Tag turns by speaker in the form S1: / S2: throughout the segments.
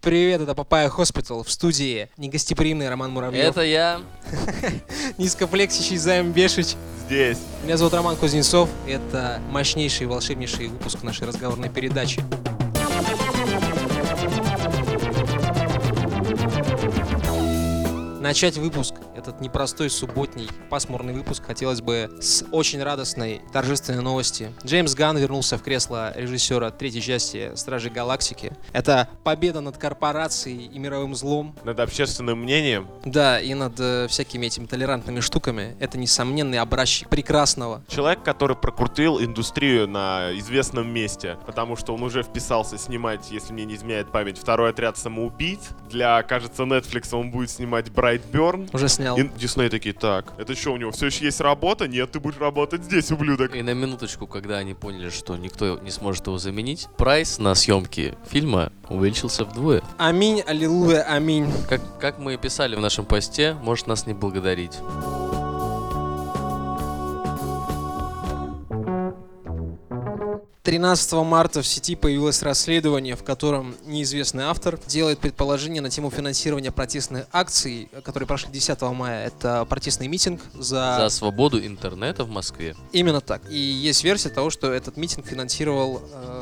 S1: Привет, это Папая Хоспитал в студии. Негостеприимный Роман Муравьев.
S2: Это я.
S1: Низкоплексичий Займ Бешич.
S3: Здесь.
S1: Меня зовут Роман Кузнецов. Это мощнейший и волшебнейший выпуск нашей разговорной передачи. Начать выпуск, этот непростой субботний пасмурный выпуск, хотелось бы с очень радостной, торжественной новости. Джеймс Ганн вернулся в кресло режиссера третьей части «Стражей Галактики». Это победа над корпорацией и мировым злом,
S3: Над общественным мнением.
S1: Да, и над э, всякими этими толерантными штуками. Это несомненный образчик прекрасного.
S3: Человек, который прокрутил индустрию на известном месте, потому что он уже вписался снимать, если мне не изменяет память, второй отряд самоубийц. Для, кажется, Netflix он будет снимать Брайтберн.
S1: Уже снял.
S3: И Дисней такие, так, это что у него, все еще есть работа? Нет, ты будешь работать здесь, ублюдок.
S2: И на минуточку, когда они поняли, что никто не сможет его заменить, прайс на съемки фильма увеличился вдвое.
S1: Аминь, аллилуйя, аминь.
S2: Как, как мы и писали в нашем посте, может нас не благодарить.
S1: Мгм. 13 марта в сети появилось расследование, в котором неизвестный автор делает предположение на тему финансирования протестных акций, которые прошли 10 мая. Это протестный митинг А.
S2: За свободу интернета в Москве.
S1: Именно так. И есть версия того, что этот митинг финансировал... э,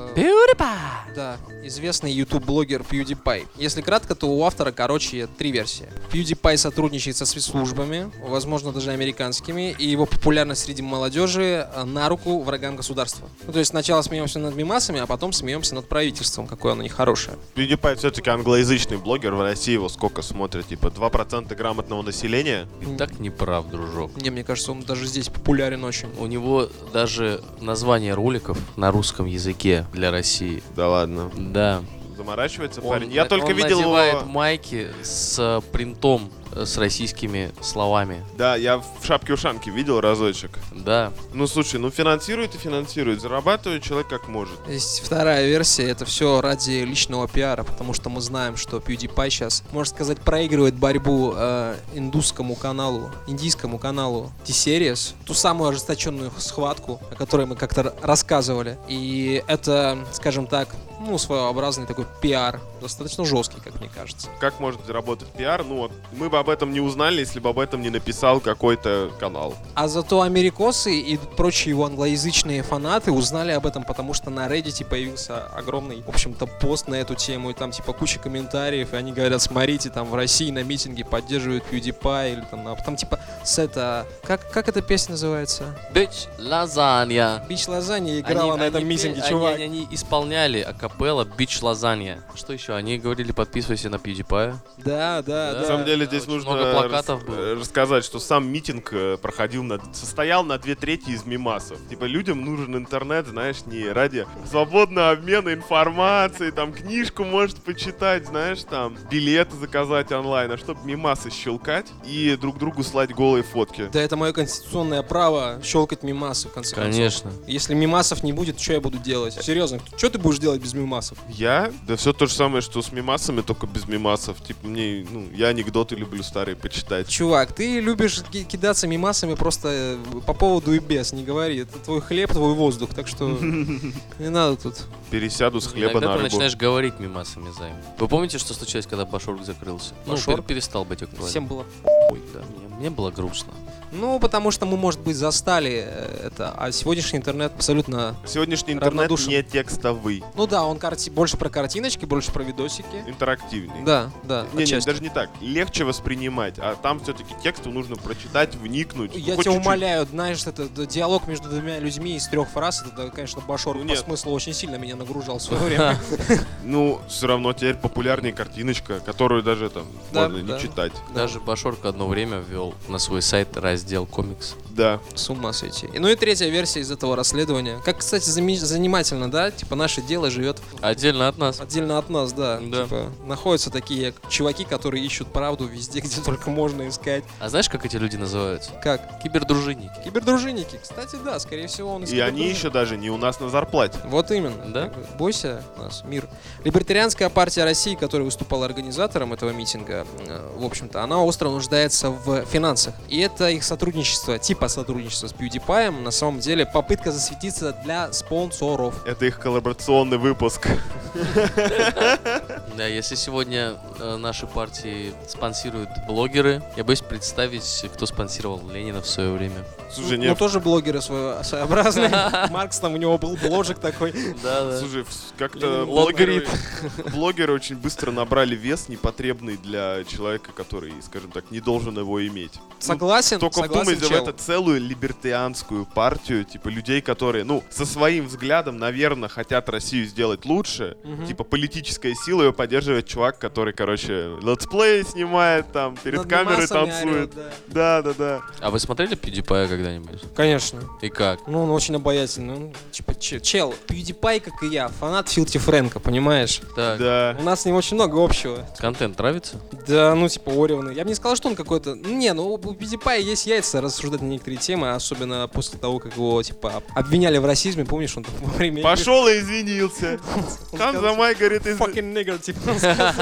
S1: Да, известный YouTube-блогер PewDiePie. Если кратко, то у автора, короче, три версии. PewDiePie сотрудничает со спецслужбами, возможно, даже американскими, и его популярность среди молодежи э, на руку врагам государства. Ну, то есть сначала смеемся над мимасами, а потом смеемся над правительством, какое оно нехорошее.
S3: PewDiePie все-таки англоязычный блогер, в России его сколько смотрят, типа 2% грамотного населения?
S2: И так не прав, дружок.
S1: Не, мне кажется, он даже здесь популярен очень.
S2: У него даже название роликов на русском языке для России.
S3: Да ладно.
S2: Да.
S3: Заморачивается
S2: Он-
S3: парень. Я только
S2: он
S3: видел
S2: надевает
S3: его...
S2: майки с э, принтом э, с российскими словами.
S3: Да, я в шапке-ушанке видел разочек.
S2: Да.
S3: Ну слушай, ну финансирует и финансирует, зарабатывает человек как может.
S1: Есть вторая версия, это все ради личного пиара, потому что мы знаем, что PewDiePie сейчас, можно сказать, проигрывает борьбу э, индусскому каналу, индийскому каналу T-Series, ту самую ожесточенную схватку, о которой мы как-то р- рассказывали. И это, скажем так, ну, своеобразный такой пиар, достаточно жесткий, как мне кажется.
S3: Как может заработать пиар? Ну вот, мы бы об этом не узнали, если бы об этом не написал какой-то канал.
S1: А зато америкосы и прочие его англоязычные фанаты узнали об этом, потому что на Reddit появился огромный, в общем-то, пост на эту тему, и там типа куча комментариев, и они говорят, смотрите, там в России на митинге поддерживают PewDiePie, или там, а там типа с это... Как, как эта песня называется?
S2: Бич, лазанья.
S1: Бич Лазанья играла на этом
S2: пе-
S1: митинге,
S2: они-
S1: чувак.
S2: Они, они исполняли акапелла «Бич Лазанья». Что еще? Они говорили, подписывайся на PewDiePie.
S1: Да, да,
S2: Да.
S1: да.
S3: На самом деле здесь
S2: очень
S3: нужно
S2: много плакатов
S3: рас-
S2: было.
S3: э, рассказать, что сам митинг э, проходил на... состоял на две трети из мимасов. Типа людям нужен интернет, знаешь, не ради свободного обмена информацией, там книжку может почитать, знаешь, там билеты заказать онлайн, а чтобы мимасы щелкать и друг другу слать голые фотки.
S1: Да это мое конституционное право щелкать мимасы, в конце концов.
S2: Конечно.
S1: Если мимасов не будет, что я буду делать? Серьезно, что ты будешь делать без мимасов?
S3: Я? Да все то же самое, что с мимасами, только без мимасов. Типа мне, ну, я анекдоты люблю старые почитать.
S1: Чувак, ты любишь ки- кидаться мимасами просто э, по поводу и без, не говори. Это твой хлеб, твой воздух, так что не надо тут.
S3: Пересяду с хлеба
S2: Иногда
S3: на
S2: ты
S3: рыбу.
S2: начинаешь говорить мимасами займ. Вы помните, что случилось, когда Башорг закрылся?
S1: Башорг?
S2: Ну, пер- перестал быть актуальным.
S1: Всем было.
S2: Ой, да. Мне, мне было грустно.
S1: Ну, потому что мы, может быть, застали э, это, а сегодняшний интернет абсолютно...
S3: Сегодняшний интернет
S1: Равнодушен.
S3: не текстовый,
S1: Ну да, он карти- больше про картиночки, больше про видосики.
S3: интерактивный.
S1: Да, да,
S3: Не, не,
S1: отчасти.
S3: даже не так. Легче воспринимать, а там все-таки тексту нужно прочитать, вникнуть.
S1: Я
S3: хоть
S1: тебя
S3: чуть-чуть.
S1: умоляю, знаешь, это д- диалог между двумя людьми из трех фраз, это, да, конечно, Башор
S3: Ну,
S1: по
S3: нет.
S1: смыслу очень сильно меня нагружал в свое время.
S3: Ну, все равно теперь популярнее картиночка, которую даже там
S1: Да,
S3: можно
S1: да.
S3: не читать.
S2: Даже Башорг одно время ввел на свой сайт раздел комикс.
S3: Да.
S1: С ума сойти. И- Ну и третья версия из этого расследования. Как, кстати, зами- занимательно, да? Типа наше дело живет
S2: Отдельно от нас.
S1: отдельно от нас, да.
S2: Да.
S1: Типа, находятся такие чуваки, которые ищут правду везде, где только можно искать.
S2: А знаешь, как эти люди называются?
S1: Как?
S2: Кибердружинники.
S1: Кибердружинники. Кстати, да, скорее всего, он из
S3: И они
S1: кибердружин.
S3: еще даже не у нас на зарплате.
S1: Вот именно.
S2: Да?
S1: Как бы, Бойся нас, мир. Либертарианская партия России, которая выступала организатором этого митинга, э, в общем-то, она остро нуждается в финансах. И это их сотрудничество, типа сотрудничества с PewDiePie, на самом деле попытка засветиться для спонсоров.
S3: Это их коллаборационный выпуск.
S2: Да, если сегодня э, наши партии спонсируют блогеры, я боюсь представить, кто спонсировал Ленина в свое время.
S3: Слушай,
S1: ну,
S3: нет,
S1: тоже блогеры свое- своеобразные. Маркс там у него был бложек такой.
S3: Ну,
S2: Да,
S3: Слушай, вс- как-то
S1: Ленин
S3: блогеры, блогеры очень быстро набрали вес, непотребный для человека, который, скажем так, не должен его иметь.
S1: Согласен,
S3: Только
S1: согласен,
S3: вдумайся в
S1: чел.
S3: это целую либертарианскую партию, типа людей, которые, ну, со своим взглядом, наверное, хотят Россию сделать лучше.
S1: Мгм.
S3: Типа политическая сила ее поддерживает чувак, который, короче, летсплей снимает, там, перед
S1: Над
S3: камерой
S1: мимасами
S3: танцует.
S1: орёт, да.
S3: Да, да, да.
S2: А вы смотрели PewDiePie когда-нибудь?
S1: Конечно.
S2: И как?
S1: Ну, он очень обаятельный. Он, типа, че- чел, PewDiePie, как и я, фанат Филти Фрэнка, понимаешь?
S2: Так,
S3: Да.
S1: У нас с ним очень много общего.
S2: контент нравится?
S1: Да, ну, типа, Оревны. Я бы не сказал, что он какой-то... Не, ну, у PewDiePie есть яйца рассуждать на некоторые темы, особенно после того, как его, типа, об- обвиняли в расизме, помнишь, он там во время...
S3: Пошел и извинился.
S1: он сказал,
S3: Там за май говорит,
S1: типа,
S3: из...
S1: Fucking nigger, типа, он сказал.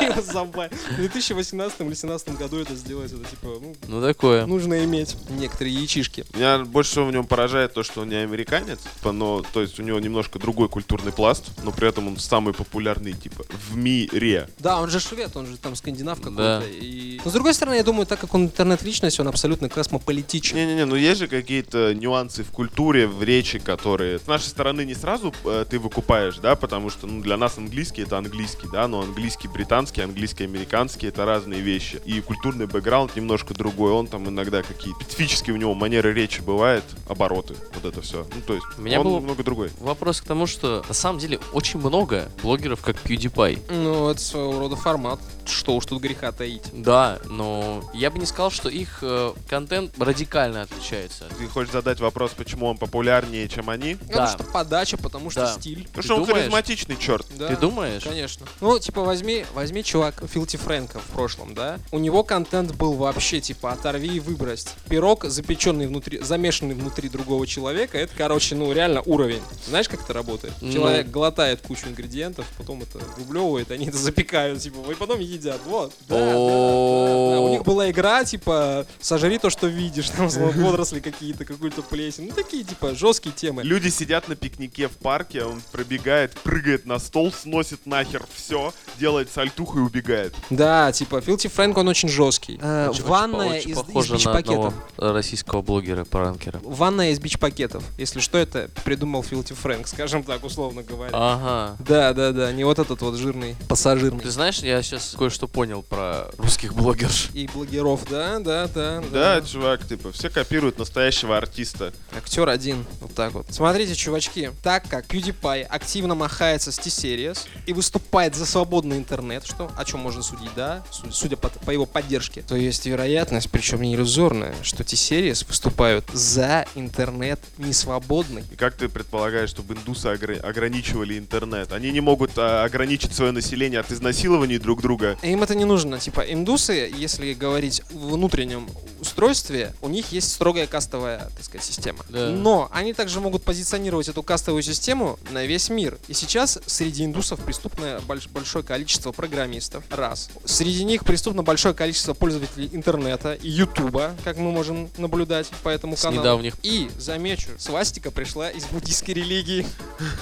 S1: Его забай. В 2018 или 2017 году это сделать, это, типа, ну,
S2: Ну такое.
S1: нужно иметь некоторые яичишки.
S3: Меня больше всего в нем поражает то, что он не американец, типа, но, то есть у него немножко другой культурный пласт, но при этом он самый популярный, типа, в мире.
S1: Да, он же швед, он же там скандинав
S2: Да.
S1: какой-то. и- Но с другой стороны, я думаю, так как он интернет-личность, он абсолютно космополитичен.
S3: Не-не-не, ну есть же какие-то нюансы в культуре, в речи, которые с нашей стороны не сразу э, ты выкупаешь, да, потому что ну, для нас английский это английский, да, но английский британский, английский американский это разные вещи. И культурный бэкграунд немножко другой, он там иногда какие специфические у него манеры речи бывают, обороты, вот это все. Ну то есть
S2: У меня
S3: он
S2: было-
S3: немного другой.
S2: Вопрос к тому, что на самом деле очень много блогеров, как PewDiePie.
S1: Ну, это своего рода формат. Что уж тут греха таить.
S2: Да, но я бы не сказал, что их э, контент радикально отличается.
S3: Ты хочешь задать вопрос, почему он популярнее, чем они?
S1: Потому
S2: Да.
S1: что подача, потому что
S2: Да.
S1: стиль.
S3: Потому что он
S2: думаешь?
S3: харизматичный, черт.
S1: Да.
S2: Ты думаешь?
S1: Конечно. Ну, типа, возьми, возьми чувак Филти Фрэнка в прошлом, да? У него контент был вообще, типа, оторви и выбрось. Пирог, запеченный внутри, замешанный внутри другого человека, это, короче, ну, реально уровень. Знаешь, как это работает?
S2: Ну.
S1: Человек глотает кучу ингредиентов, потом это выблевывает, они это запекают, типа, и потом едят. Вот. Да, да, да, да. У них была игра, типа, сожри то, что видишь, там, словно водоросли какие-то, какую-то плесень. Ну, такие, типа, жесткие темы.
S3: Люди сидят на пикнике в парке, он пробегает, прыгает на стол, сносит нахер все, делает сальтуху и убегает.
S1: Да, типа, Филти Фрэнк, он очень жесткий. Э,
S2: Очень- очень по-
S1: ванная
S2: очень
S1: из,
S2: похоже на
S1: пакетов.
S2: одного российского блогера-пранкера.
S1: Ванная из бич-пакетов. Если что, это придумал Филти Фрэнк, скажем так, условно говоря.
S2: Ага.
S1: Да, да, да, не вот этот вот жирный пассажирный.
S2: Ты знаешь, я сейчас кое-что понял про русских блогерш.
S1: И блогеров, да, да, да.
S3: Да, чувак, типа, все копируют настоящего артиста.
S1: Актер один, вот так вот. Смотрите, чувачки, так как PewDiePie активно махается с T-Series и выступает за свободный интернет, что, о чем можно судить, да, су- судя по, по его поддержке, то есть вероятность, причем не иллюзорная, что T-Series выступают за интернет несвободный.
S3: И как ты предполагаешь, чтобы индусы огр- ограничивали интернет? Они не могут а, ограничить свое население от изнасилований друг друга.
S1: Им это не нужно. Типа, индусы, если говорить в внутреннем устройстве, у них есть строгая кастовая, так сказать, система.
S2: Да.
S1: Но они также могут позиционировать эту кастовую систему на весь мир. И сейчас среди индусов преступно больш- большое количество программистов. Раз. Среди них преступно большое количество пользователей интернета и ютуба, как мы можем наблюдать по этому
S2: С
S1: каналу.
S2: недавних
S1: И, замечу, свастика пришла из буддийской религии.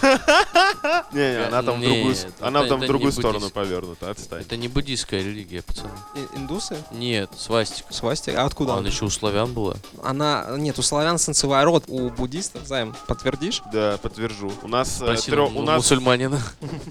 S3: Не, не, она там в другую, с-
S2: Нет,
S3: она
S2: это-
S3: там в
S2: это
S3: другую
S2: не
S3: сторону
S2: буддист.
S3: повернута, отстань.
S2: Это не буддийская религия, пацаны.
S1: И- индусы?
S2: Нет, свастика.
S1: Свастика? А откуда?
S2: Она еще у славян а? была.
S1: Она, нет, у славян солнцевой род, у буддистов, займ, подтвердишь?
S3: Да, подтвержу. У нас, э,
S2: Спроси
S3: трё-
S2: му-
S3: у нас,
S2: мусульманина.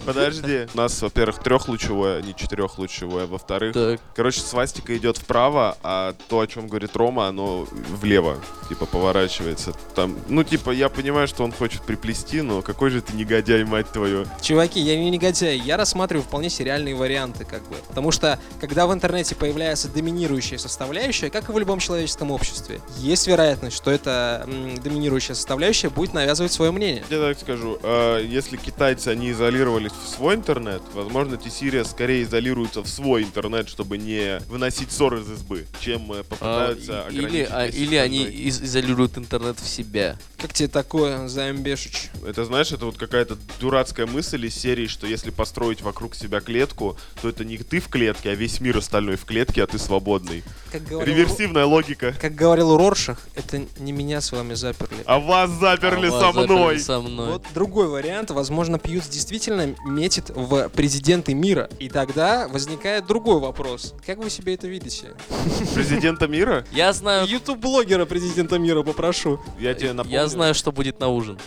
S3: подожди, у нас, во-первых, трехлучевое, а не четырехлучевое, во-вторых,
S2: Так.
S3: Короче, свастика идет вправо, а то, о чем говорит Рома, оно влево, типа, поворачивается. Там, ну, типа, я понимаю, что он хочет приплести, но какой же ты негодяй, мать твою.
S1: Чуваки, я не негодяй, я рассматриваю вполне сериальные варианты, как бы. Потому что, когда в интернете появляется доминирующая составляющая, как и в любом человеческом обществе, есть вероятность, что эта м, доминирующая составляющая будет навязывать свое мнение.
S3: Я так скажу, э, если китайцы, они изолировались в свой интернет, возможно, T-Series скорее изолируется в свой интернет, чтобы не выносить ссор из избы, чем э,
S2: А,
S3: попытаются
S2: и- Или,
S3: ограничить
S2: а,
S3: весь
S2: или они
S3: остальной.
S2: из- изолируют интернет в себя.
S1: Как тебе такое, Заембешич?
S3: Это, знаешь, это вот какая-то дурацкая мысль из серии, что если построить вокруг себя клетку, то это не ты в клетке, а весь мир остальной в клетке, а ты свободный.
S1: Как говорил,
S3: Реверсивная логика.
S1: как говорил Роршах, это не меня с вами заперли.
S3: А вас заперли
S2: А вас
S3: со
S2: заперли
S3: мной.
S2: со мной.
S1: Вот другой вариант. Возможно, Пьюз действительно метит в президенты мира. И тогда возникает другой вопрос. Как вы себе это видите?
S3: Президента мира?
S2: Я знаю,
S1: Ютуб-блогера президента мира попрошу.
S3: Я тебе напомню.
S2: я знаю, что будет на ужин.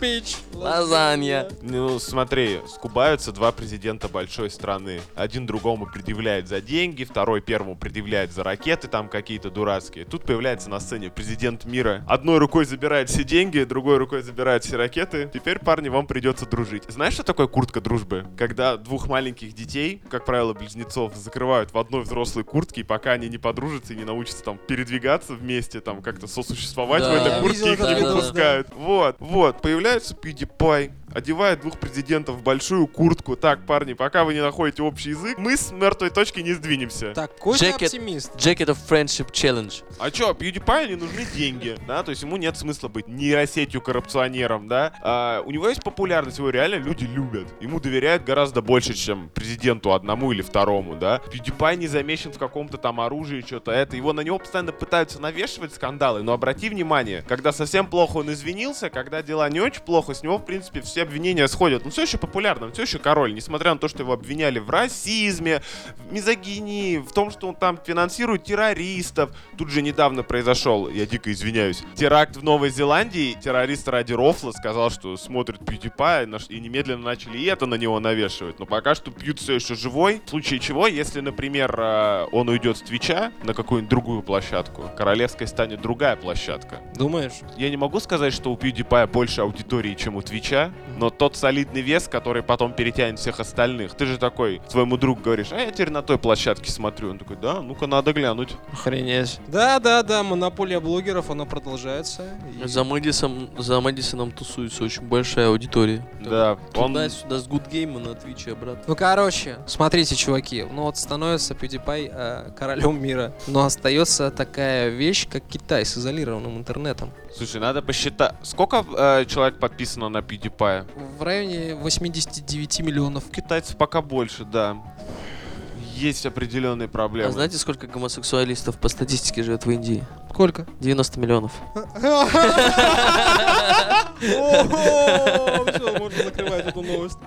S1: Пич.
S2: А, Лазанья.
S3: Ну, смотри, скубаются два президента большой страны. Один другому предъявляет за деньги, второй первому предъявляет за ракеты там какие-то дурацкие. Тут появляется на сцене президент мира. Одной рукой забирает все деньги, другой рукой забирает все ракеты. Теперь, парни, вам придется дружить. Знаешь, что такое куртка дружбы? Когда двух маленьких детей, как правило, близнецов, закрывают в одной взрослой куртке, и пока они не подружатся и не научатся там передвигаться вместе, там как-то сосуществовать в
S2: Да,
S3: этой
S2: я
S3: куртке,
S1: видел
S3: их
S1: этот
S3: не
S1: видос, да.
S3: пускают. Вот, вот, появляется PewDiePie, одевает двух президентов в большую куртку. Так, парни, пока вы не находите общий язык, мы с мертвой точки не сдвинемся.
S1: Такой ты
S2: Джекет.
S1: оптимист.
S2: Jacket of Friendship Challenge.
S3: А чё, PewDiePie не нужны деньги, да, то есть ему нет смысла быть нейросетью коррупционером, да. А, у него есть популярность, его реально люди любят. Ему доверяют гораздо больше, чем президенту одному или второму, да. PewDiePie не замечен в каком-то там оружии, что-то это. Его на него постоянно пытаются навешивать скандалы, но обрати внимание, когда совсем плохо он извинился, когда дела не очень плохо, с него, в принципе, все обвинения сходят. Он все еще популярный, он все еще король, несмотря на то, что его обвиняли в расизме, в мизогинии, в том, что он там финансирует террористов. Тут же недавно произошел, я дико извиняюсь, теракт в Новой Зеландии. Террорист ради рофла сказал, что смотрит PewDiePie, на ш- и немедленно начали и это на него навешивать. Но пока что Пьют все еще живой. В случае чего, если, например, э, он уйдет с Твича на какую-нибудь другую площадку, королевской станет другая площадка.
S1: Думаешь?
S3: Я не могу сказать, что у PewDiePie больше аудитории, чем у Твича, но тот солидный вес, который потом перетянет всех остальных. Ты же такой своему другу говоришь, а я теперь на той площадке смотрю. Он такой, да, ну-ка надо глянуть.
S1: Охренеть. Да, да, да, монополия блогеров, она продолжается. И-
S2: За Мэдисом- за Мэдисоном тусуется очень большая аудитория.
S3: Да, он...
S2: Туда-сюда с Гудгейма на Твиче обратно.
S1: Ну, короче, смотрите, чуваки, ну вот становится PewDiePie э, королем мира, но остается такая вещь, как Китай с изолированным интернетом.
S3: Слушай, надо посчитать. Сколько э, человек подписано на PewDiePie?
S1: В районе 89 миллионов.
S3: Китайцев пока больше, да. Есть определенные проблемы.
S2: А знаете, сколько гомосексуалистов по статистике живет в Индии?
S1: Сколько?
S2: 90 миллионов.
S1: Все, можно закрывать эту новость.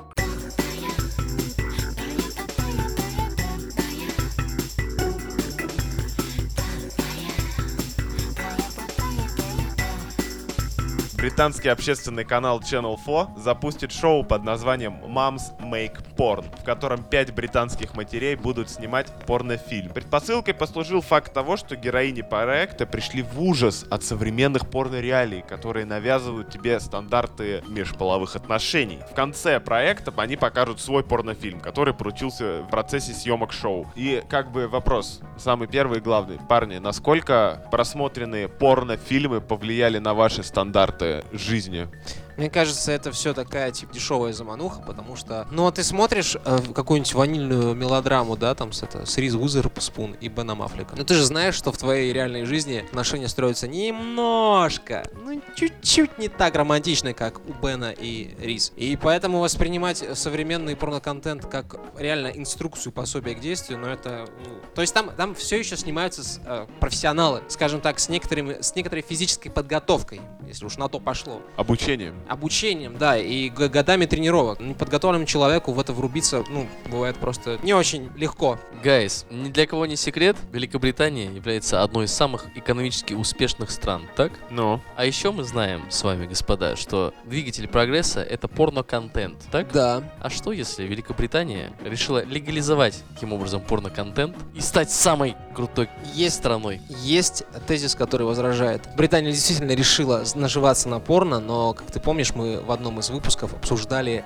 S3: Британский общественный канал Channel 4 запустит шоу под названием Moms Make Porn, в котором пять британских матерей будут снимать порнофильм. Предпосылкой послужил факт того, что героини проекта пришли в ужас от современных порнореалий, которые навязывают тебе стандарты межполовых отношений. В конце проекта они покажут свой порнофильм, который поручился в процессе съемок шоу. И как бы вопрос, самый первый и главный. Парни, насколько просмотренные порнофильмы повлияли на ваши стандарты жизни?
S1: Мне кажется, это все такая, типа, дешевая замануха, потому что... Ну, а ты смотришь э, в какую-нибудь ванильную мелодраму, да, там, с, это, с Риз Уизерспун и Беном Аффлеком. Но ты же знаешь, что в твоей реальной жизни отношения строятся немножко, ну, чуть-чуть не так романтично, как у Бена и Риз. И поэтому воспринимать современный порноконтент как реально инструкцию, пособие к действию, но это... ну, То есть там, там все еще снимаются с, э, профессионалы, скажем так, с, некоторыми, с некоторой физической подготовкой, если уж на то пошло
S3: Обучение.
S1: обучением, да, и г- годами тренировок. Неподготовленному человеку в это врубиться, ну, бывает просто не очень легко.
S2: Гайс, ни для кого не секрет, Великобритания является одной из самых экономически успешных стран, так?
S3: Ну.
S2: А еще мы знаем с вами, господа, что двигатель прогресса — это порно-контент, так?
S1: Да.
S2: А что, если Великобритания решила легализовать таким образом порно-контент и стать самой крутой
S1: Есть
S2: страной?
S1: есть тезис, который возражает. Британия действительно решила с- наживаться на порно, но, как ты помнишь, мы в одном из выпусков обсуждали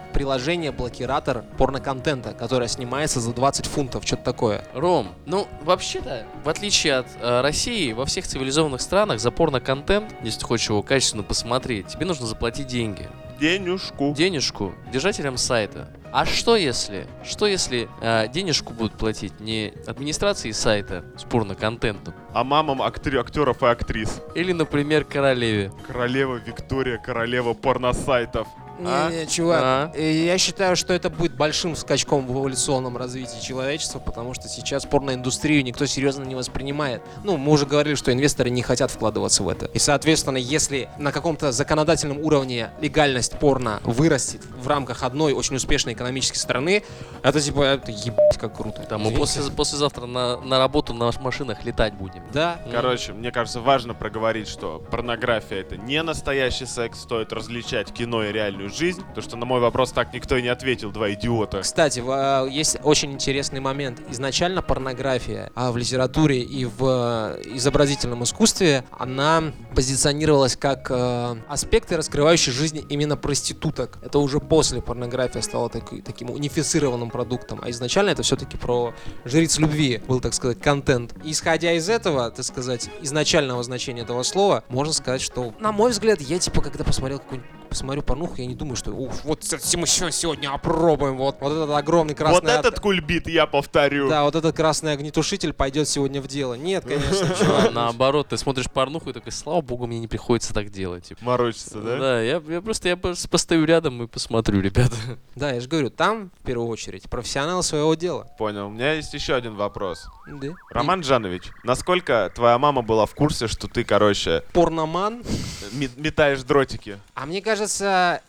S1: приложение-блокиратор порноконтента, которое снимается за 20 фунтов, что-то такое.
S2: Ром, ну, вообще-то, в отличие от э, России, во всех цивилизованных странах за порно-контент, если ты хочешь его качественно посмотреть, тебе нужно заплатить деньги.
S3: денежку.
S2: денежку держателям сайта. А что если? Что если э, денежку будут платить не администрации сайта с порно-контентом?
S3: А мамам актер- актеров и актрис.
S2: Или, например, королеве?
S3: Королева Виктория, королева порносайтов.
S2: А?
S1: Не, не, чувак,
S2: А?
S1: э, я считаю, что это будет большим скачком в эволюционном развитии человечества, потому что сейчас порноиндустрию никто серьезно не воспринимает. Ну, мы уже говорили, что инвесторы не хотят вкладываться в это. И, соответственно, если на каком-то законодательном уровне легальность порно вырастет в рамках одной очень успешной экономической страны, это типа, это ебать как круто.
S2: Там мы
S1: Извините.
S2: после, послезавтра на, на работу на машинах летать будем.
S1: Да.
S2: М.
S3: Короче, мне кажется, важно проговорить, что порнография это не настоящий секс, стоит различать кино и реальную жизнь. То, что на мой вопрос так никто и не ответил, два идиота.
S1: Кстати, в- э, есть очень интересный момент. Изначально порнография а в литературе и в э, изобразительном искусстве, она позиционировалась как э, аспекты, раскрывающие жизнь именно проституток. Это уже после порнография стала таки- таким унифицированным продуктом. А изначально это все-таки про жриц любви был, так сказать, контент. И Исходя из этого, так сказать, изначального значения этого слова, можно сказать, что, на мой взгляд, я типа, когда посмотрел какую-нибудь посмотрю порнуху, я не думаю, что уф, вот с этим еще сегодня опробуем, вот, вот этот огромный красный...
S3: Вот этот кульбит я повторю.
S1: Да, вот этот красный огнетушитель пойдет сегодня в дело. Нет, конечно,
S2: А
S1: чувак.
S2: Наоборот, ты смотришь порнуху и такой, слава богу, мне не приходится так делать. типа.
S3: Морочится, да?
S2: я, я просто я просто постою рядом и посмотрю, ребята.
S1: Да, я же говорю, там, в первую очередь, профессионал своего дела.
S3: Понял. У меня есть еще один вопрос.
S1: Да.
S3: Роман Жанович, насколько твоя мама была в курсе, что ты, короче,
S1: И порноман.
S3: ме- метаешь дротики?
S1: А мне кажется,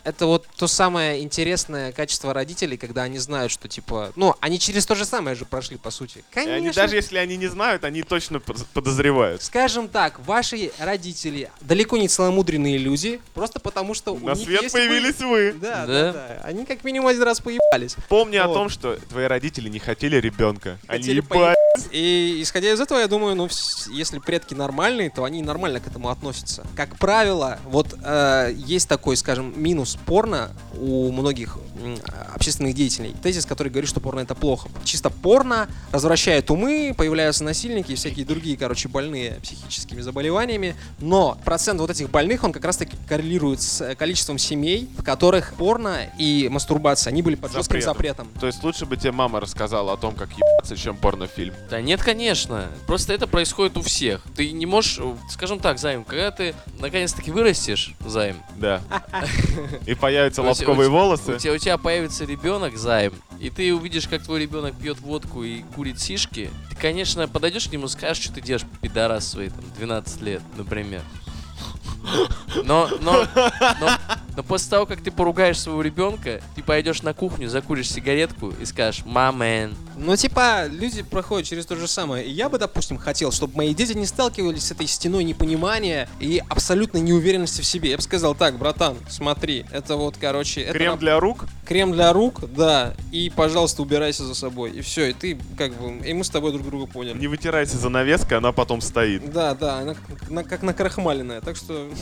S1: это вот то самое интересное качество родителей, когда они знают, что типа... Ну, они через то же самое же прошли, по сути.
S3: И
S1: Конечно.
S3: они, даже если они не знают, они точно под- подозревают.
S1: Скажем так, ваши родители далеко не целомудренные люди, просто потому что у
S3: На
S1: них
S3: свет
S1: есть
S3: появились вы.
S1: вы- Да, да,
S2: Да.
S1: да. Они как минимум один раз поебались.
S3: Помни о
S1: Вот.
S3: том, что твои родители не хотели ребенка. Они
S1: Хотели
S3: ебать.
S1: И исходя из этого, я думаю, ну, вс- если предки нормальные, то они нормально к этому относятся. Как правило, вот э, есть такой, скажем, минус порно у многих м, общественных деятелей. Тезис, который говорит, что порно это плохо. Чисто порно развращает умы, появляются насильники и всякие другие, короче, больные психическими заболеваниями. Но процент вот этих больных, он как раз-таки коррелирует с э, количеством семей, в которых порно и мастурбация, они были под жестким
S3: Запретом.
S1: запретом.
S3: То есть лучше бы тебе мама рассказала о том, как ебаться, чем порнофильм.
S2: Да нет, конечно. Просто это происходит у всех. Ты не можешь, э, скажем так, Займ, когда ты наконец-таки вырастешь, Займ,
S3: Да. И появятся
S2: У тебя-
S3: лобковые
S2: у
S3: волосы.
S2: тебя, у тебя появится ребенок, Займ, и ты увидишь, как твой ребенок пьет водку и курит сишки, ты, конечно, подойдешь к нему и скажешь, что ты делаешь, пидорас свои, там, 12 лет, например. Но, но, но, но после того, как ты поругаешь своего ребенка, ты пойдешь на кухню, закуришь сигаретку и скажешь «Мамен».
S1: Ну, типа, люди проходят через то же самое. И я бы, допустим, хотел, чтобы мои дети не сталкивались с этой стеной непонимания и абсолютной неуверенности в себе. Я бы сказал, так, братан, смотри, это вот, короче, это
S3: Крем
S1: на-
S3: для рук.
S1: крем для рук, да, и, пожалуйста, убирайся за собой. И все, и ты, как бы, и мы с тобой друг друга поняли.
S3: Не вытирайся занавеска, она потом стоит.
S1: Да, да, она как, на, как накрахмаленная, так что...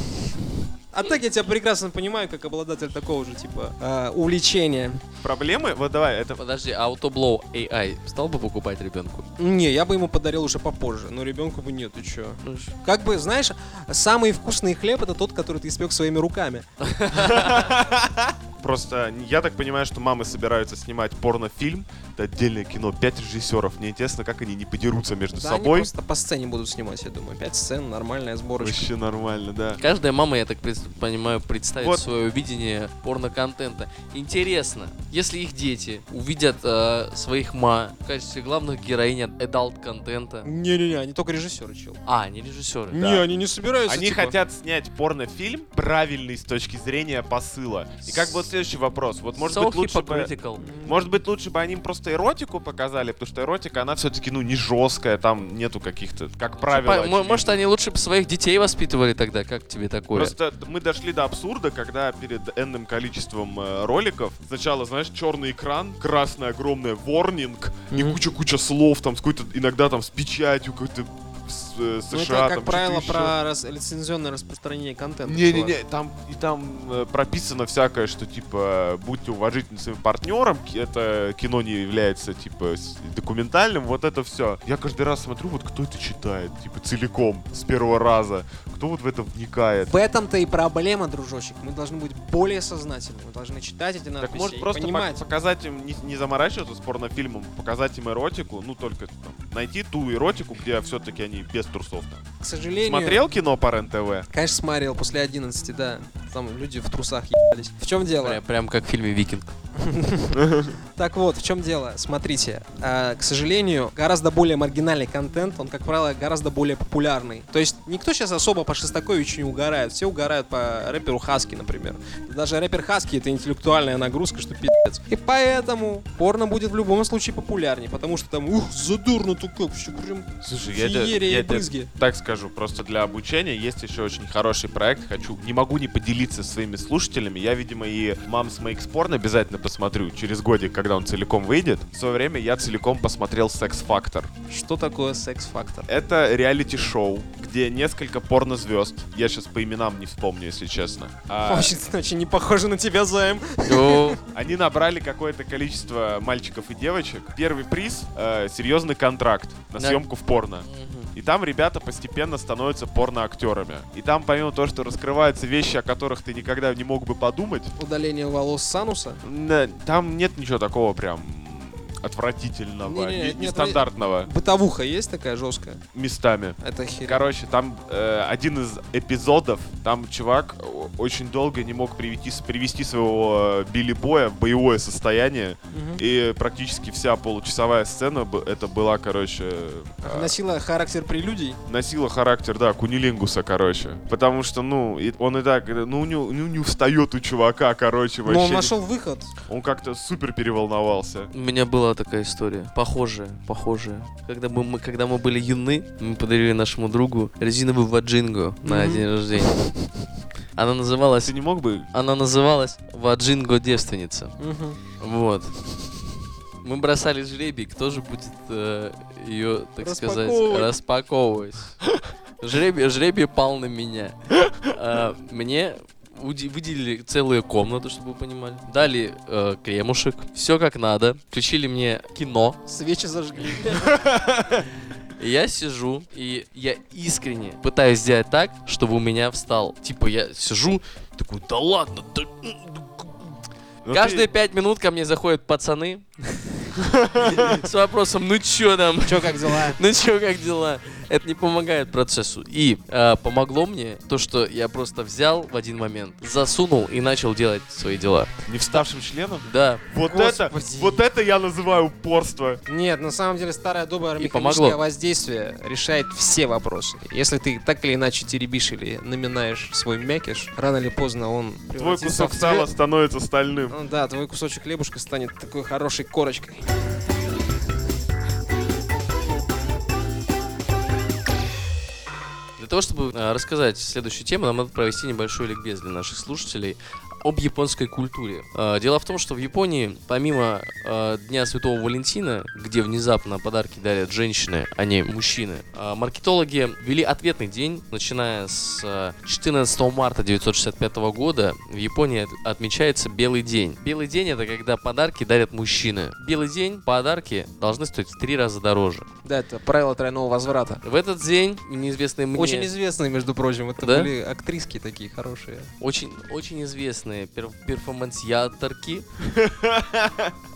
S1: А так я тебя прекрасно понимаю, как обладатель такого же, типа, э, увлечения.
S3: Проблемы? Вот давай, это...
S2: Подожди, а Autoblow AI стал бы покупать ребенку?
S1: Не, я бы ему подарил уже попозже, но ребенку бы нет, ты чё. Как бы, знаешь, самый вкусный хлеб это тот, который ты испек своими руками.
S3: Просто я так понимаю, что мамы собираются снимать порнофильм. Это отдельное кино, пять режиссеров. Мне интересно, как они не подерутся между
S1: Да, они
S3: собой.
S1: просто по сцене будут снимать, я думаю. Пять сцен, нормальная сборочка.
S3: Вообще нормально, да.
S2: Каждая мама, я так пред- понимаю, представит
S3: Вот.
S2: свое видение порно-контента. Интересно, если их дети увидят э, своих ма в качестве главных героинь адалт-контента...
S1: Не-не-не, они только режиссеры, чел.
S2: А, не режиссеры.
S1: Не, они не собираются.
S3: Они
S1: типа.
S3: хотят снять порнофильм правильный с точки зрения посыла. И как бы вот следующий вопрос. Вот может
S2: So
S3: быть лучше бы...
S2: hypocritical.
S1: Ну,
S3: Может быть, лучше бы они им просто эротику показали, потому что эротика, она все-таки, ну, не жесткая, там нету каких-то, как правило.
S2: Типа, мо-
S3: очевидно.
S2: Может, они лучше бы своих детей воспитывали тогда? Как тебе такое?
S3: Просто мы дошли до абсурда, когда перед энным количеством э, роликов сначала, знаешь, черный экран, красный огромный ворнинг и
S1: Мгм.
S3: куча-куча слов там, с какой-то, иногда там с печатью, какой-то с э, США.
S1: Ну, это,
S3: там,
S1: как
S3: что-то
S1: правило,
S3: еще.
S1: про раз- лицензионное распространение контента. чувак.
S3: Не-не-не, там и там э, прописано всякое, что типа будьте уважительны своим партнерам, ки- это кино не является типа с- документальным, вот это все. Я каждый раз смотрю, вот кто это читает, типа целиком с первого раза, кто вот в это вникает.
S1: В этом-то и проблема, дружочек. Мы должны быть более сознательны. Мы должны читать эти надписи
S3: Так может
S1: и
S3: просто пок-
S1: понимать.
S3: показать им, не, не заморачиваться с порнофильмом, показать им эротику, ну только там, найти ту эротику, где все-таки они без трусов там.
S1: К сожалению...
S3: Смотрел кино по РЕН-ТВ?
S1: Конечно, смотрел после 11, да. Там люди в трусах ебались. В чем дело?
S2: Прям, прям как в фильме «Викинг».
S1: Так вот, в чем дело? Смотрите, э, к сожалению, гораздо более маргинальный контент, он, как правило, гораздо более популярный. То есть никто сейчас особо по Шестаковичу не угорает. Все угорают по рэперу Хаски, например. Даже рэпер Хаски — это интеллектуальная нагрузка, что пи***ц. И поэтому порно будет в любом случае популярнее, потому что там, ух, задурно-то как, все прям
S3: Слушай,
S1: феерия и брызги.
S3: так скажу, просто для обучения есть еще очень хороший проект. Хочу, не могу не поделиться со своими слушателями. Я, видимо, и Moms Makes Porn обязательно посмотрю через годик, когда он целиком выйдет. В свое время я целиком посмотрел Sex Factor.
S1: Что такое секс-фактор?
S3: Это реалити-шоу, где несколько порнозвезд. Я сейчас по именам не вспомню, если честно. А,
S1: Очень, очень не похоже на тебя, Займ.
S2: О,
S3: они набрали какое-то количество мальчиков и девочек. Первый приз э, серьезный контракт на
S2: Да.
S3: съемку в порно.
S2: мгм.
S3: И там ребята постепенно становятся порноактерами. И там, помимо того, что раскрываются вещи, о которых ты никогда не мог бы подумать,
S1: Удаление волос сануса?
S3: н- там нет ничего такого прям отвратительного,
S1: Не-не-не,
S3: не-
S1: это не отвра-
S3: нестандартного
S1: Бытовуха есть такая жесткая?
S3: местами.
S1: Это херня.
S3: Короче, там э, один из эпизодов, там чувак о- очень долго не мог привести, с- привести своего э, Билли Боя в боевое состояние,
S1: Мгм.
S3: и практически вся получасовая сцена, б- это была, короче... э,
S1: Носила характер прелюдий.
S3: носила характер, да, кунилингуса, короче. Потому что, ну, и он и так, э, ну, у него- ну, не встает у чувака, короче, вообще.
S1: Но Ну, он
S3: не-
S1: нашел выход.
S3: он как-то супер переволновался.
S2: У меня была такая история. Похожая, похожая. Когда мы, мы, когда мы были юны, мы подарили нашему другу резиновую ваджингу на
S1: Мгм.
S2: день рождения. Она называлась...
S3: Ты не мог бы...
S2: Она называлась «Ваджинго девственница». Вот. Мы бросали жребий, кто же будет ее, так сказать,
S1: Распаковывать.
S2: распаковывать. Жребий, жребий пал на меня. Э, Мне уди- выделили целую комнату, чтобы вы понимали. Дали э, кремушек, все как надо. Включили мне кино.
S1: Свечи зажгли.
S2: И я сижу, и я искренне пытаюсь сделать так, чтобы у меня встал. Типа я сижу, такой, да ладно, да, м,
S3: Ну, ты-
S2: Каждые пять минут ко мне заходят пацаны с вопросом, ну чё там,
S1: Че, как дела?
S2: ну чё, как дела? Это не помогает процессу. И э, помогло мне то, что я просто взял в один момент, засунул и начал делать свои дела.
S3: Не вставшим членом?
S2: Да,
S3: Вот
S1: Господи.
S3: это, вот это я называю упорство.
S1: Нет, на самом деле старая добрая
S2: И
S1: механическое
S2: помогло.
S1: воздействие решает все вопросы. Если ты так или иначе теребишь или наминаешь свой мякиш, рано или поздно он
S3: Твой
S1: превратится
S3: кусок
S1: в
S3: сала
S1: цвет.
S3: становится стальным.
S1: Ну да, твой кусочек хлебушка станет такой хорошей корочкой.
S2: для того, чтобы э, рассказать следующую тему, нам надо провести небольшой ликбез для наших слушателей об японской культуре. Э, Дело в том, что в Японии, помимо э, Дня Святого Валентина, где внезапно подарки дарят женщины, а не мужчины, э, маркетологи ввели ответный день, начиная с э, 14 марта 1965 года. В Японии от- отмечается Белый день. Белый день это когда подарки дарят мужчины. Белый день подарки должны стоить в три раза дороже.
S1: Да, это правило тройного возврата.
S2: В этот день неизвестные мне...
S1: Очень известные, между прочим, это
S2: Да?
S1: были актриски такие хорошие.
S2: Очень, очень известные пер- перформансиаторки.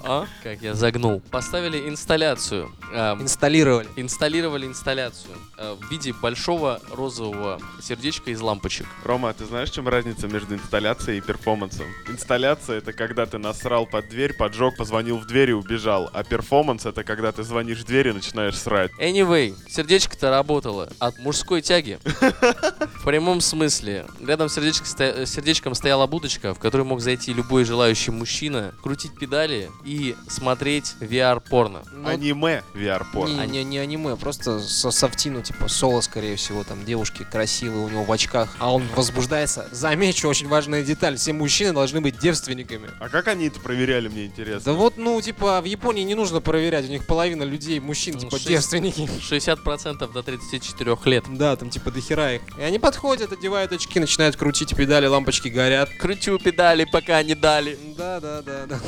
S2: А? Как я загнул. Поставили инсталляцию. Эм,
S1: Инсталлировали.
S2: Инсталлировали инсталляцию э, в виде большого розового сердечка из лампочек.
S3: Рома, а ты знаешь, в чем разница между инсталляцией и перформансом? Инсталляция — это когда ты насрал под дверь, поджег, позвонил в дверь и убежал. А перформанс — это когда ты звонишь в дверь и начинаешь срать.
S2: Anyway, сердечко-то работало от мужской тяги. В прямом смысле. Рядом с сердечко сто- э, сердечком стояла будочка, точка, в которую мог зайти любой желающий мужчина, крутить педали и смотреть VR-порно.
S1: Ну,
S3: Аниме
S1: Не,
S3: VR-порно.
S1: не, не аниме, а просто со софтину, типа соло, скорее всего, там девушки красивые, у него в очках, а он возбуждается. Замечу, очень важная деталь, все мужчины должны быть девственниками.
S3: А как они это проверяли, мне интересно?
S1: Да вот, ну, типа, в Японии не нужно проверять, у них половина людей, мужчин,
S2: Ну,
S1: типа,
S2: шесть-
S1: девственники.
S2: 60% до 34 лет.
S1: Да, там, типа, дохера их. И они подходят, одевают очки, начинают крутить педали, лампочки горят.
S2: Кручу педали, пока не дали.
S1: Да, да, да, да.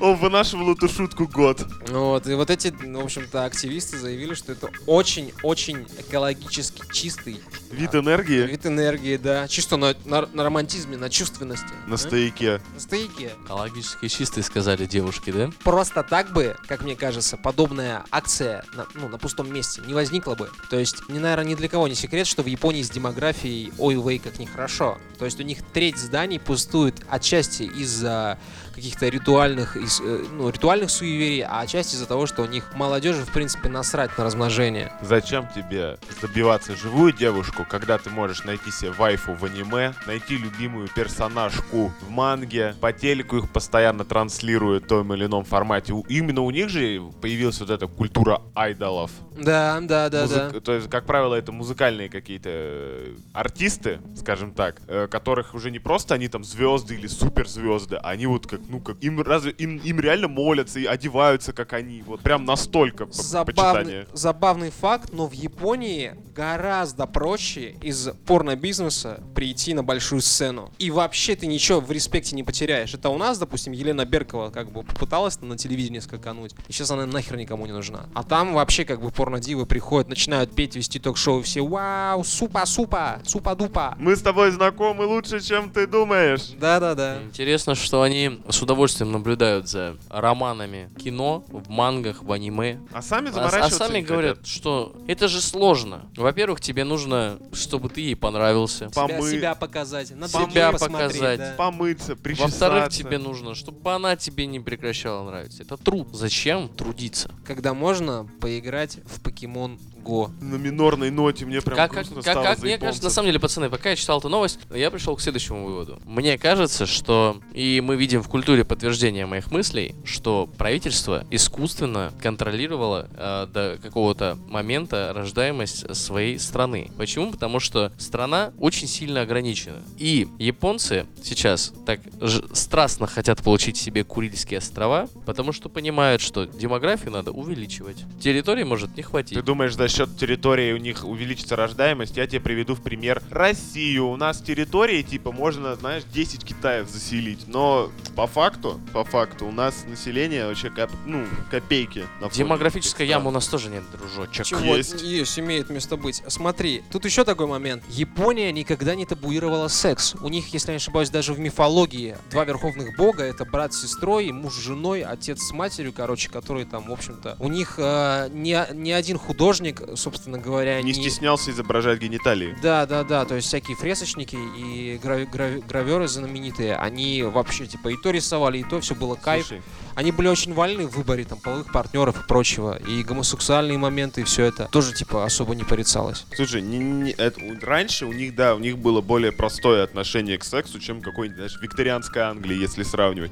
S3: Он вынашивал эту шутку год.
S1: Вот, и вот эти, ну, в общем-то, активисты заявили, что это очень-очень экологически чистый
S3: Вид энергии
S1: вид энергии, да. Чисто на, на- на романтизме, на чувственности.
S3: на стояке.
S1: На стояке.
S2: Экологически чистые, сказали девушки, да?
S1: Просто так бы, как мне кажется, подобная акция на, ну, на пустом месте не возникла бы. То есть, ни, наверное, ни для кого не секрет, что в Японии с демографией ой-вей как нехорошо. То есть у них треть зданий пустует отчасти из-за каких-то ритуальных, из- э, ну, ритуальных суеверий, а отчасти из-за того, что у них молодежи, в принципе, насрать на размножение.
S3: Зачем тебе добиваться живую девушку, когда ты можешь найти себе вайфу в аниме, найти любимую персонажку в манге, по телеку их постоянно транслируют в том или ином формате. У- Именно у них же появилась вот эта культура айдолов.
S1: Да, да, да,
S3: Музык-
S1: да.
S3: То есть, как правило, это музыкальные какие-то э, артисты, скажем так, э, которых уже не просто они там звезды или суперзвезды, они вот как, ну как, им разве им, им реально молятся и одеваются, как они, вот прям настолько по-
S1: Забавный,
S3: почитание.
S1: забавный факт, но в Японии гораздо проще из порно-бизнеса прийти на большую сцену. И вообще ты ничего в респекте не потеряешь. Это у нас, допустим, Елена Беркова как бы попыталась на телевидении скакануть, и сейчас она нахер никому не нужна. А там вообще как бы порно-дивы приходят, начинают петь, вести ток-шоу, и все «Вау, супа-супа, супа-дупа».
S3: Мы с тобой знакомы лучше, чем ты думаешь.
S1: Да-да-да.
S2: Интересно, что они с удовольствием наблюдают за романами кино, в мангах, в аниме.
S3: А сами
S2: А,
S3: заморачиваются.
S2: а сами
S3: не хотят.
S2: говорят, что это же сложно. Во-первых, тебе нужно, чтобы ты ей понравился.
S1: Себя,
S3: Помы-
S1: себя показать, на
S3: Себя
S1: других посмотреть,
S2: показать.
S1: да.
S3: помыться, причесаться.
S2: Во-вторых, тебе нужно, чтобы она тебе не прекращала нравиться. Это труд. Зачем трудиться?
S1: Когда можно поиграть в Покемон Го.
S3: на минорной ноте мне прям
S2: как, как,
S3: грустно
S2: как-
S3: стало
S2: как
S3: за
S2: мне
S3: японцев.
S2: кажется, на самом деле, пацаны, пока я читал эту новость, я пришел к следующему выводу. Мне кажется, что, и мы видим в культуре подтверждение моих мыслей, что правительство искусственно контролировало э, до какого-то момента рождаемость своей страны. Почему? Потому что страна очень сильно ограничена. И японцы сейчас так ж- страстно хотят получить себе Курильские острова, потому что понимают, что демографию надо увеличивать. Территории может не хватить.
S3: Ты думаешь, за счет территории у них увеличится рождаемость? Я тебе приведу в пример Россию. У нас территории, типа, можно, знаешь, 10 Китаев заселить. Но по факту, по факту, у нас население вообще, коп- ну, копейки. на фоне
S2: Демографическая
S3: этих
S2: яма у
S3: стран.
S2: нас тоже нет, дружочек.
S1: Чего?
S3: Есть.
S1: Есть, имеет место быть. Смотри, тут еще такой момент. Япония никогда не табуировала секс. У них, если я не ошибаюсь, даже в мифологии два верховных бога — это брат с сестрой, муж с женой, отец с матерью, короче, которые там, в общем-то... У них э, ни, ни один художник, собственно говоря,
S3: Не стеснялся изображать гениталии.
S1: Да, да, да, то есть всякие фресочники и гра- гра- граверы знаменитые, они вообще типа и то рисовали, и то все было кайф.
S3: Слушай,
S1: Они были очень вольны в выборе там половых партнеров и прочего. И гомосексуальные моменты, и все это тоже типа особо не порицалось.
S3: Слушай, не- не- это у- раньше у них, да, у них было более простое отношение к сексу, чем какой-нибудь, знаешь, викторианской Англии, если сравнивать.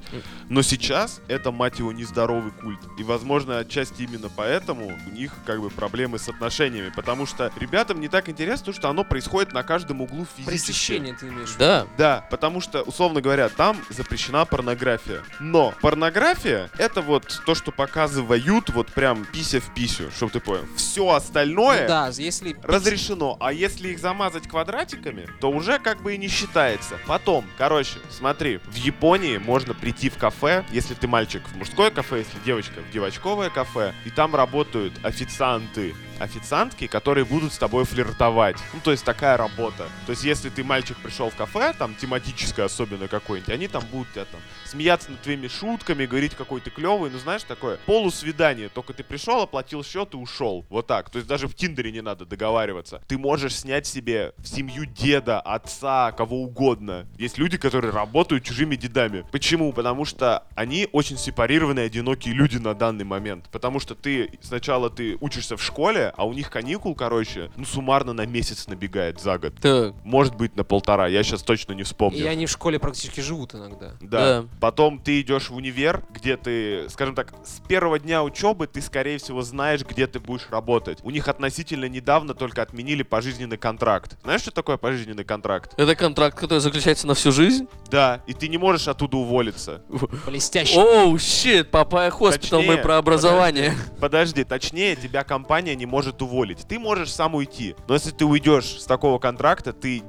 S3: Но сейчас это, мать его, нездоровый культ. И, возможно, отчасти именно поэтому у них, как бы, проблемы с отношениями. Потому что ребятам не так интересно, потому что оно происходит на каждом углу физически.
S1: Пресыщение ты имеешь в виду?
S2: Да,
S3: Да, потому что, условно говоря, там запрещена порнография. Но порнография — это вот то, что показывают вот прям пися в писю, чтобы ты понял. Все
S1: Ну
S3: остальное
S1: да, если...
S3: разрешено. А если их замазать квадратиками, то уже как бы и не считается. Потом, короче, смотри, в Японии можно прийти в кафе, если ты мальчик в мужское кафе, если девочка в девочковое кафе, и там работают официанты официантки, которые будут с тобой флиртовать. Ну, то есть такая работа. То есть если ты мальчик пришел в кафе, там тематическое особенно какое-нибудь, они там будут тебя там смеяться над твоими шутками, говорить, какой ты клевый, ну знаешь, такое полусвидание, только ты пришел, оплатил счет и ушел. Вот так. То есть даже в Тиндере не надо договариваться. Ты можешь снять себе в семью деда, отца, кого угодно. Есть люди, которые работают чужими дедами. Почему? Потому что они очень сепарированные, одинокие люди на данный момент. Потому что ты сначала ты учишься в школе, такая, а у них каникул, короче, ну, суммарно на месяц набегает за год.
S2: Так,
S3: Может быть, на полтора, я сейчас точно не вспомню.
S1: И они в школе практически живут иногда.
S3: Да.
S2: Да.
S3: Потом ты идешь в универ, где ты, скажем так, с первого дня учебы ты, скорее всего, знаешь, где ты будешь работать. У них относительно недавно только отменили пожизненный контракт. Знаешь, что такое пожизненный контракт?
S2: это контракт, который заключается на всю жизнь?
S3: Да, и ты не можешь оттуда уволиться.
S1: Блестяще.
S2: Оу, щит, папая хоспитал, мы
S3: Точнее,
S2: про образование.
S3: Подожди, точнее, тебя компания не может уволить. Ты можешь сам уйти. Но если ты уйдешь с такого контракта, ты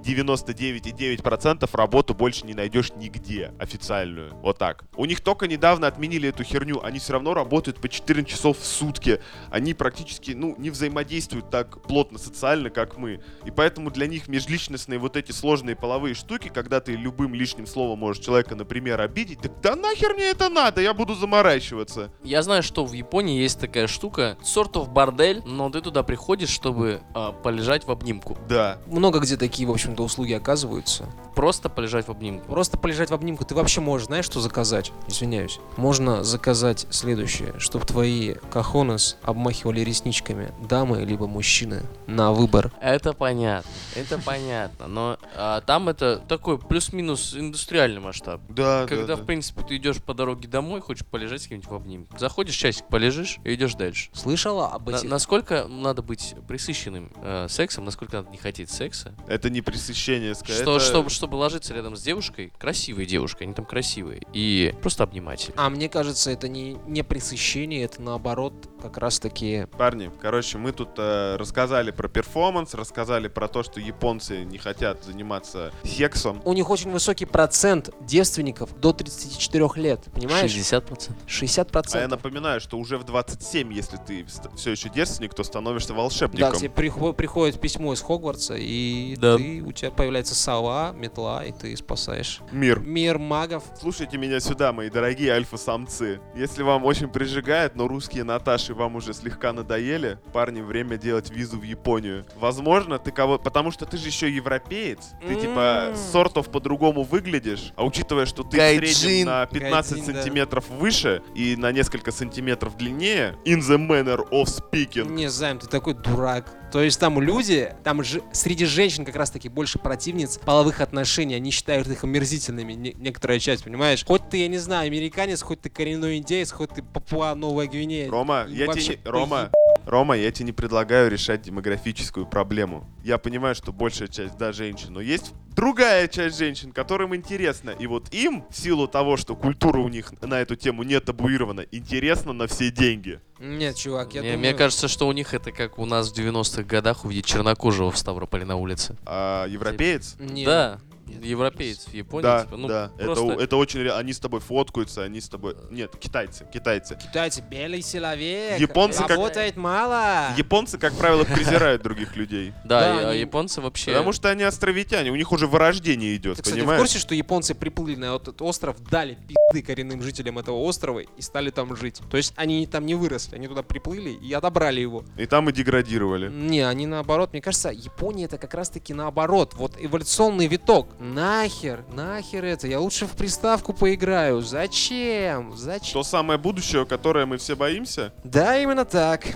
S3: 99,9% работу больше не найдешь нигде официальную. Вот так. У них только недавно отменили эту херню. Они все равно работают по 14 часов в сутки. Они практически, ну, не взаимодействуют так плотно социально, как мы. И поэтому для них межличностные вот эти сложные половые штуки, когда ты любым лишним словом можешь человека, например, обидеть, так да нахер мне это надо, я буду заморачиваться.
S2: Я знаю, что в Японии есть такая штука, сортов бордель, но ты туда приходишь, чтобы а, полежать в обнимку.
S3: Да.
S1: Много где такие, в общем-то, услуги оказываются.
S2: Просто полежать в обнимку.
S1: Просто полежать в обнимку. Ты вообще можешь, знаешь, что заказать? Извиняюсь. Можно заказать следующее, чтобы твои кахонес обмахивали ресничками дамы либо мужчины на выбор.
S2: Это понятно, это понятно, но а, там это такой плюс-минус индустриальный масштаб.
S3: Да,
S2: Когда,
S3: да, да.
S2: в принципе, ты идешь по дороге домой, хочешь полежать с кем-нибудь в обнимку. Заходишь, часик полежишь и идешь дальше.
S1: Слышала об
S2: На-
S1: этих?
S2: насколько надо быть присыщенным э, сексом, насколько надо не хотеть секса,
S3: Это не пресыщение, скажем.
S2: что,
S3: это...
S2: чтобы, чтобы ложиться рядом с девушкой, красивой девушкой, они там красивые, и просто обнимать. её.
S1: А мне кажется, это не, не пресыщение, это наоборот как раз-таки...
S3: Парни, короче, мы тут э, рассказали про перформанс, рассказали про то, что японцы не хотят заниматься сексом. А
S1: У них очень высокий процент девственников до 34 лет, понимаешь?
S2: 60%.
S1: 60%.
S3: А я напоминаю, что уже в 27, если ты все еще девственник, то становишься
S1: Да,
S3: волшебником.
S1: к тебе прихо- приходит письмо из Хогвартса, и
S2: Да.
S1: ты, у тебя появляется сова, метла, и ты спасаешь
S3: Мир.
S1: мир магов.
S3: Слушайте меня сюда, мои дорогие альфа-самцы. Если вам очень прижигает, но русские Наташи вам уже слегка надоели, парни, время делать визу в Японию. Возможно, ты кого... Потому что ты же еще европеец. Ты,
S1: М.
S3: типа, сортов по-другому выглядишь. А учитывая, что ты в
S2: Гайджин.
S3: среднем на 15
S1: Гайджин, да.
S3: сантиметров выше и на несколько сантиметров длиннее, in the manner of speaking,
S1: Не, Займ, ты такой дурак. То есть там люди, там же среди женщин как раз-таки больше противниц половых отношений, они считают их омерзительными, не- некоторая часть, понимаешь? Хоть ты, я не знаю, американец, хоть ты коренной индеец, хоть ты Папуа Новая Гвинея.
S3: Рома, я
S1: Э, ну, Вообще
S3: тебе не... Рома, Рома, я тебе не предлагаю решать демографическую проблему. Я понимаю, что большая часть, да, женщин, но есть другая часть женщин, которым интересно. И вот им, в силу того, что культура у них на эту тему не табуирована, интересно на все деньги.
S1: Нет, чувак, я
S2: мне,
S1: думаю...
S2: мне кажется, что у них это как у нас в 90-х годах увидеть чернокожего в Ставрополе на улице.
S3: А европеец?
S1: не.
S2: Да, европеец в Японии.
S3: да,
S2: типа, ну,
S3: да. Это,
S2: просто-
S3: у- это очень... ре- Они с тобой фоткаются, они с тобой... Нет, китайцы, китайцы.
S1: Китайцы, белый человек,
S3: Японцы как-
S1: работает мало.
S3: Японцы, как правило, презирают других людей.
S2: Да,
S1: Да,
S2: и- а
S1: они-
S2: японцы вообще...
S3: Потому что они островитяне, у них уже вырождение идет,
S1: Ты, кстати, в
S3: понимаешь?
S1: курсе, что японцы приплыли на этот остров, дали пизды коренным жителям этого острова и стали там жить? То есть они там не выросли, они туда приплыли и отобрали его.
S3: И там и деградировали.
S1: Не, они наоборот. Мне кажется, Япония это как раз-таки наоборот. Вот эволюционный виток. Нахер, нахер это. Я лучше в приставку поиграю. Зачем? Зачем?
S3: То самое будущее, которое мы все боимся,
S1: Да, именно так.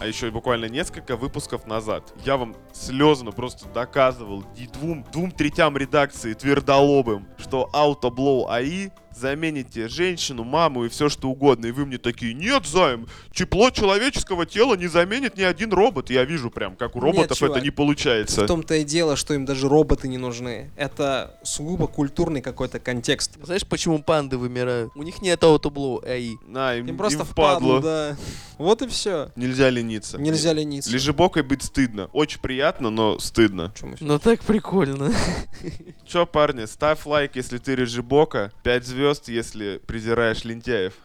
S3: а еще и буквально несколько выпусков назад, я вам слезно просто доказывал и двум, двум третям редакции твердолобым, что Autoblow AI замените женщину, маму и все что угодно. И вы мне такие, нет, Займ, тепло человеческого тела не заменит ни один робот. Я вижу прям, как у
S1: Нет,
S3: роботов
S1: чувак.
S3: это не
S1: В
S3: получается.
S1: том-то и дело, что им даже роботы не нужны. Это сугубо культурный какой-то контекст.
S2: Знаешь, почему панды вымирают? У них нет аутоблоу АИ.
S3: На, им,
S1: Им просто
S3: впадло.
S1: впадло, да. Вот и все.
S3: Нельзя лениться.
S1: Нельзя лениться.
S3: Лежебокой быть стыдно. Очень приятно, но стыдно.
S1: Почему?
S2: Ну так прикольно.
S3: Чё, парни, ставь лайк, если ты режибока, 5 звезд, если презираешь лентяев.